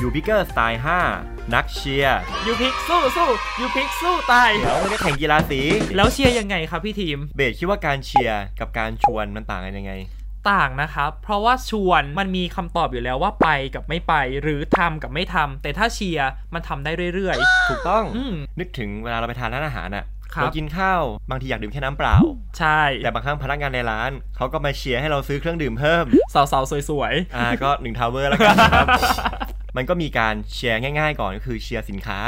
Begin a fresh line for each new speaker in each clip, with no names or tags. ยูพิเกอร์สไตล์ 5 นักเชียร์
ยูพิกสู้สู้ยูพิกสู้ตาย
เราไม่ได้แข่งกีฬาสี
แล้วเชียร์ยังไงครับพี่ทีม
เบสคิดว่าการเชียร์กับการชวนมันต่างกันยังไง
ต่างนะครับ เพราะว่าชวนมันมีคำตอบอยู่แล้วว่าไปกับไม่ไป หรือทำกับไม่ทำ แต่ถ้าเชียร์มันทำได้เรื่อย
ถูกต้อง
ๆ อืม
นึกถึงเวลาเราไปทานร้านอาหารอ่ะ
ครับ
เรากินข้าวบางทีอยากดื่มแค่น้ำเปล่า
ใช่
แต่บางครั้งพนักงานในร้านเขาก็มาเชียร์ให้เราซื้อเครื่องดื่มเพิ่ม
สาวๆสวย
อ่าก็หนึ่งทาวเวอร์แล้วกันนะครับ มันก็มีการเชียร์ง่ายๆก่อนก็คือเชียร์สินค้า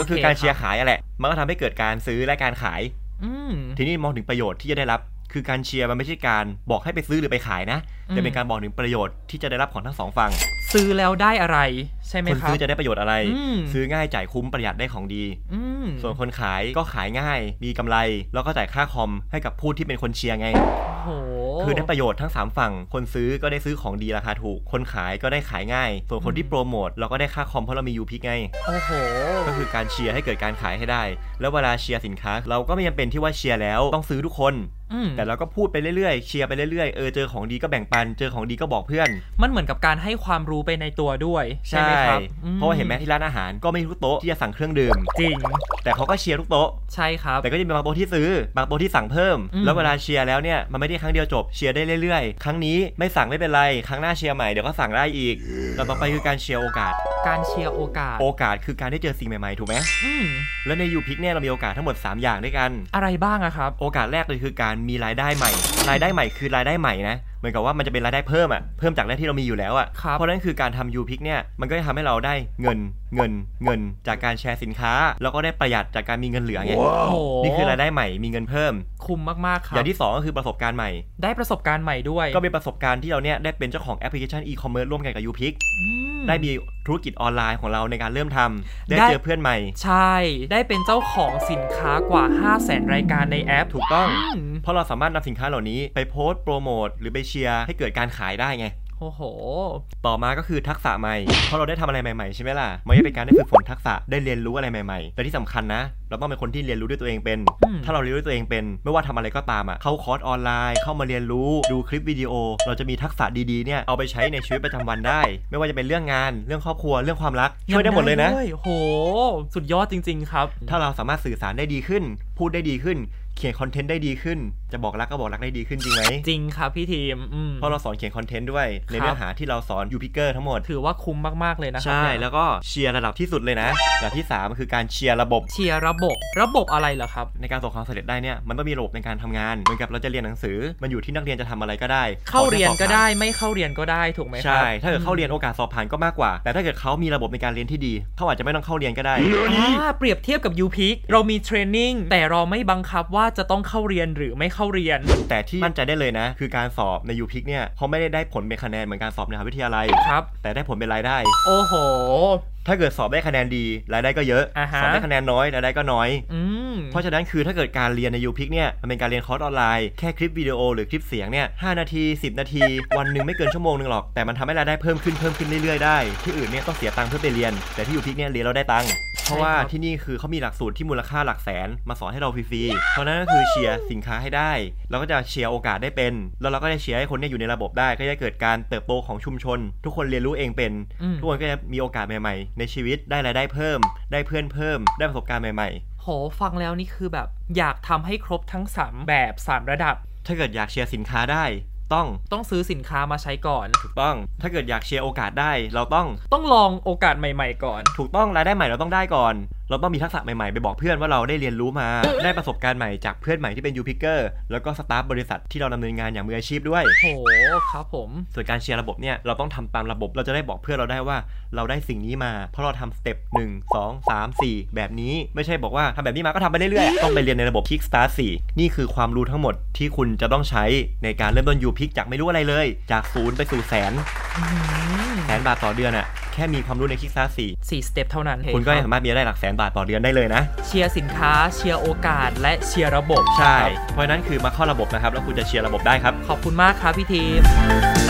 ก็คือการเชียร์ขายอะแหละ มันก็ทำให้เกิดการซื้อและการขาย
ๆ อืม
ทีนี้มองถึงประโยชน์ที่จะได้รับ คือการเชียร์มันไม่ใช่การบอกให้ไปซื้อหรือไปขายนะ
อืม
แต่เป็นการบอกถึงประโยชน์ที่จะได้รับของทั้งสองฝั่ง
ซื้อแล้วได้อะไร ใช่ไหม
คน
ครับ
ซื้อจะได้ประโยชน์อะไร
อืม
ซื้อง่ายจ่ายคุ้มประหยัดได้ของดี
อืม
ส่วนคนขายก็ขายง่าย มีกำไร แล้วก็จ่ายค่าคอมให้กับผู้ที่เป็นคนเชียร์ไง
โอ้โห
คือได้ประโยชน์ทั้ง 3 ฝั่ง คนซื้อก็ได้ซื้อของดีราคาถูก คนขายก็ได้ขายง่าย ส่วนคนที่โปรโมทเราก็ได้ค่าคอมเพราะเรามียูพิกไง
โอ้โห
ก็คือการเชียร์ให้เกิดการขายให้ได้ แล้วเวลาเชียร์สินค้า เราก็ไม่จำเป็นที่ว่าเชียร์แล้วต้องซื้อทุกคน
อืม
แต่เราก็พูดไปเรื่อยๆ เชียร์ไปเรื่อยๆ เออเจอของดีก็แบ่งปัน เจอของดีก็บอกเพื่อน
มันเหมือนกับการให้ความรู้ไปในตัวด้วย ใช่ไหมครับอื
เพราะว่าเห็นไหมที่ร้านอาหารก็ไม่ทุกโต๊ะที่จะสั่งเครื่องดื่ม
จริง
แต่เขาก็เชียร์ทุกโต๊ะ
ใช่ครับ
แต่ก็จะมีบางโต๊ะที่ซื้อ บางโต๊ะที่สั่งเพิ่ม
อืม
แล้วเวลาเชียร์แล้วเนี่ยมันไม่ได้ครั้งเดียวจบ เชียร์ได้เรื่อยๆ ครั้งนี้ไม่สั่งไม่เป็นไร ครั้งหน้าเชียร์ใหม่เดี๋ยวก็สั่งได้อีกแล้วต่อไปคือการเชียร์โอกาส
การเชียร์โอกาส
โอกาสคือการได้เจอสิ่งใหม่ๆ ถูกไหม
อืม
แล้วในยูพิกเนี่ยเรามีโอกาสทั้งหมด 3 อย่างด้วยกัน
อะไรบ้างอะครับ
โอกาสแรกเลยคือการมีรายได้ใหม่ รายได้ใหม่คือรายได้ใหม่นะ เหมือนกับว่ามันจะเป็นรายได้เพิ่มอะเพิ่มจากแรกที่เรามีอยู่แล้วอะ
ครับ
เพราะฉะนั้นคือการทำยูพิกเนี่ย มันก็จะทำให้เราได้เงิน เงิน เงิน จากการแชร์สินค้า แล้วก็ได้ประหยัดจากการมีเงินเหลือไง
โอ้โห
นี่คือรายได้ใหม่ มีเงินเพิ่ม
คุ้มมาก ๆ ค
อ
รั
บ ย่างที่สองก็คือประสบการณ์ใหม่
ได้ประสบการณ์ใหม่ด้วย
ก็เป็นประสบการณ์ที่เราเนี่ยได้เป็นเจ้าของแอปพลิเคชันอีคอมเมิร์ซร่วมกันกับยูพิก
อืม
ได้มีธุรกิจออนไลน์ของเราในการเริ่มทำได้
ได้
เจอเพื่อนใหม่
ใช่ ได้เป็นเจ้าของสินค้ากว่า 5 0 0แสนรายการในแอป
ถูกต้อง
อืม
เพราะเราสามารถนำสินค้าเหล่านี้ไปโพสต์โปรโมทหรือไปเชียร์ให้เกิดการขายได้ไง
โอ้โห
ต่อมาก็คือทักษะใหม่ เพราะเราได้ทำอะไรใหม่ๆ ใช่ไหมล่ะ มันจะเป็นการได้ฝึกฝนทักษะ ได้เรียนรู้อะไรใหม่ๆ แต่ที่สำคัญนะ เราต้องเป็นคนที่เรียนรู้ด้วยตัวเองเป็น
อืม
ถ้าเราเรียนรู้ด้วยตัวเองเป็น ไม่ว่าทำอะไรก็ตามอ่ะ เข้าคอร์สออนไลน์ เข้ามาเรียนรู้ ดูคลิปวิดีโอ เราจะมีทักษะดีๆ เนี่ย เอาไปใช้ในชีวิตประจำวันได้ ไม่ว่าจะเป็นเรื่องงาน เรื่องครอบครัว เรื่องความรัก ช่วยได้หมดเลยนะ
วโห สุดยอดจริง ๆ ครับ
ถ้าเราสามารถสื่อสารได้ดีขึ้น พูดได้ดีขึ้น เขียนคอนเทนต์ได้ดีขึ้น จะบอกรักก็บอกรักได้ดีขึ้นจริงไหม
จริงครับพี่ทีมอืม
เพราะเราสอนเขียนคอนเทนต์ด้วย ในเนื้อหาที่เราสอนยูพิเกอร์ทั้งหมด
ถือว่าคุ้มมาก ๆ เลยนะครั
ใช่
เนี่ย
แล้วก็เชียร์ระดับที่สุดเลยนะระดับที่ 3 คือการเชียร์ระบบ
เชียร์ระบบ ระบบอะไรเหรอครับ
ในการส่งความสำเร็จได้เนี่ยมันต้องมีระบบในการทำงานเหมือนกับเราจะเรียนหนังสือ มันอยู่ที่นักเรียนจะทำอะไรก็ได้
เข้าเรียนก็ได้
ขอ
ไม่เข้าเรียนก็ได้ถูกไหม
ให้สอบผ่านใช่
ครั
ถ้าเกิดเข้าเรียนโอกาสสอบผ่านก็มากกว่า แต่ถ้าเกิดเขามีระบบในการเรียนที่ดีเขาอาจจะไม่ต้องเข้าเรียนก็ได้
อ่าเปรียบเทียบกับยูพิกเรามีเทรนนิ่งแต่เราไม่บังคับว่าจะต้องเข้าเรียนหรือไม่เข้าเรียน
แต่ที่มั่นใจได้เลยนะ คือการสอบในยูพิกเนี่ยเขาไม่ได้ได้ผลเป็นคะแนนเหมือนการสอบในมหาวิทยาลัย
ครับ
แต่ได้ผลเป็นรายได้
โอ้โห
ถ้าเกิดสอบได้คะแนนดีรายได้ก็เยอะ
อ่า
ส
ฮะ
อบได้คะแนนน้อยรายได้ก็น้อย
อืม
เพราะฉะนั้นคือถ้าเกิดการเรียนในยูพิกเนี่ยมันเป็นการเรียนคอร์สออนไลน์แค่คลิปวิดีโอหรือคลิปเสียงเนี่ยหนาที 10 นาที วันหนึ่งไม่เกินชั่วโมงหนึ่งหรอก แต่มันทำให้รายได้เพิ่มขึ้นเพิ่มขึ้นเรื่อยๆได้ ที่อื่นเนี่ยต้องเสียตังค์เพื่อไปเรียน แต่ที่ยูพิกเนี่ยเรียนเราได้ตังค์เพราะว่า
ใช่ครับ
ที่นี่คือเขามีหลักสูตรที่มูลค่าหลักแสนมาสอนให้เราฟรีๆเพราะฉะนั้นก็คือเชียร์สินค้าให้ได้เราก็จะเชียร์โอกาสได้เป็น แล้วเราก็จะเชียร์ให้คนเนี่ยอยู่ในระบบได้ ก็จะเกิดการเติบโตของชุมชน ทุกคนเรียนรู้เองเป็น
อืม
ทุกคนก็จะมีโอกาสใหม่ๆ ในชีวิตได้รายได้เพิ่ม ได้เพื่อนเพิ่ม ได้ประสบการณ์ใหม่ๆ
โหฟังแล้วนี่คือแบบอยากทำให้ครบทั้ง 3 แบบ 3 ระดับ
ถ้าเกิดอยากเชียร์สินค้าได้ต้อง
ต้องซื้อสินค้ามาใช้ก่อน
ถูกต้อง ถ้าเกิดอยากเชียร์โอกาสได้เราต้อง
ต้องลองโอกาสใหม่ ๆ ก่อน
ถูกต้องรายได้ใหม่เราต้องได้ก่อน เราต้องมีทักษะใหม่ๆ ไปบอกเพื่อนว่าเราได้เรียนรู้มา ได้ประสบการณ์ใหม่จากเพื่อนใหม่ที่เป็นยูพิเกอร์แล้วก็สตาฟบริษัทที่เราดำเนินงานอย่างมืออาชีพด้วย
โหครับผม
ส่วนการเชียร์ระบบเนี่ยเราต้องทำตามระบบเราจะได้บอกเพื่อนเราได้ว่าเราได้สิ่งนี้มา เพราะเราทำสเต็ปหนึ่งสองสามสี่แบบนี้ไม่ใช่บอกว่าทำแบบนี้มาก็ทำไปเรื่อยๆต้องไปเรียนในระบบ Kickstart 4 นี่คือความรู้ทั้งหมดที่คุณจะต้องใช้ในการเริ่มต้นยูพิกจากไม่รู้อะไรเลย จากศูนย์ไปสู่แสน แสนบาทต่อเดือนอะแค่มีความรู้ในคิกซ่าสี่
4 สเต็ปเท่านั้น
คุณก็
เฮ้ย
สามารถมีรายได้หลักแสนบาทต่อเดือนได้เลยนะ
เชียร์สินค้าเชียร์โอกาสและเชียร์ระบบ
ใช่
ครับ
เพราะฉะนั้นคือมาเข้าระบบนะครับ แล้วคุณจะเชียร์ระบบได้ครับ
ขอบคุณมากครับพี่ทีม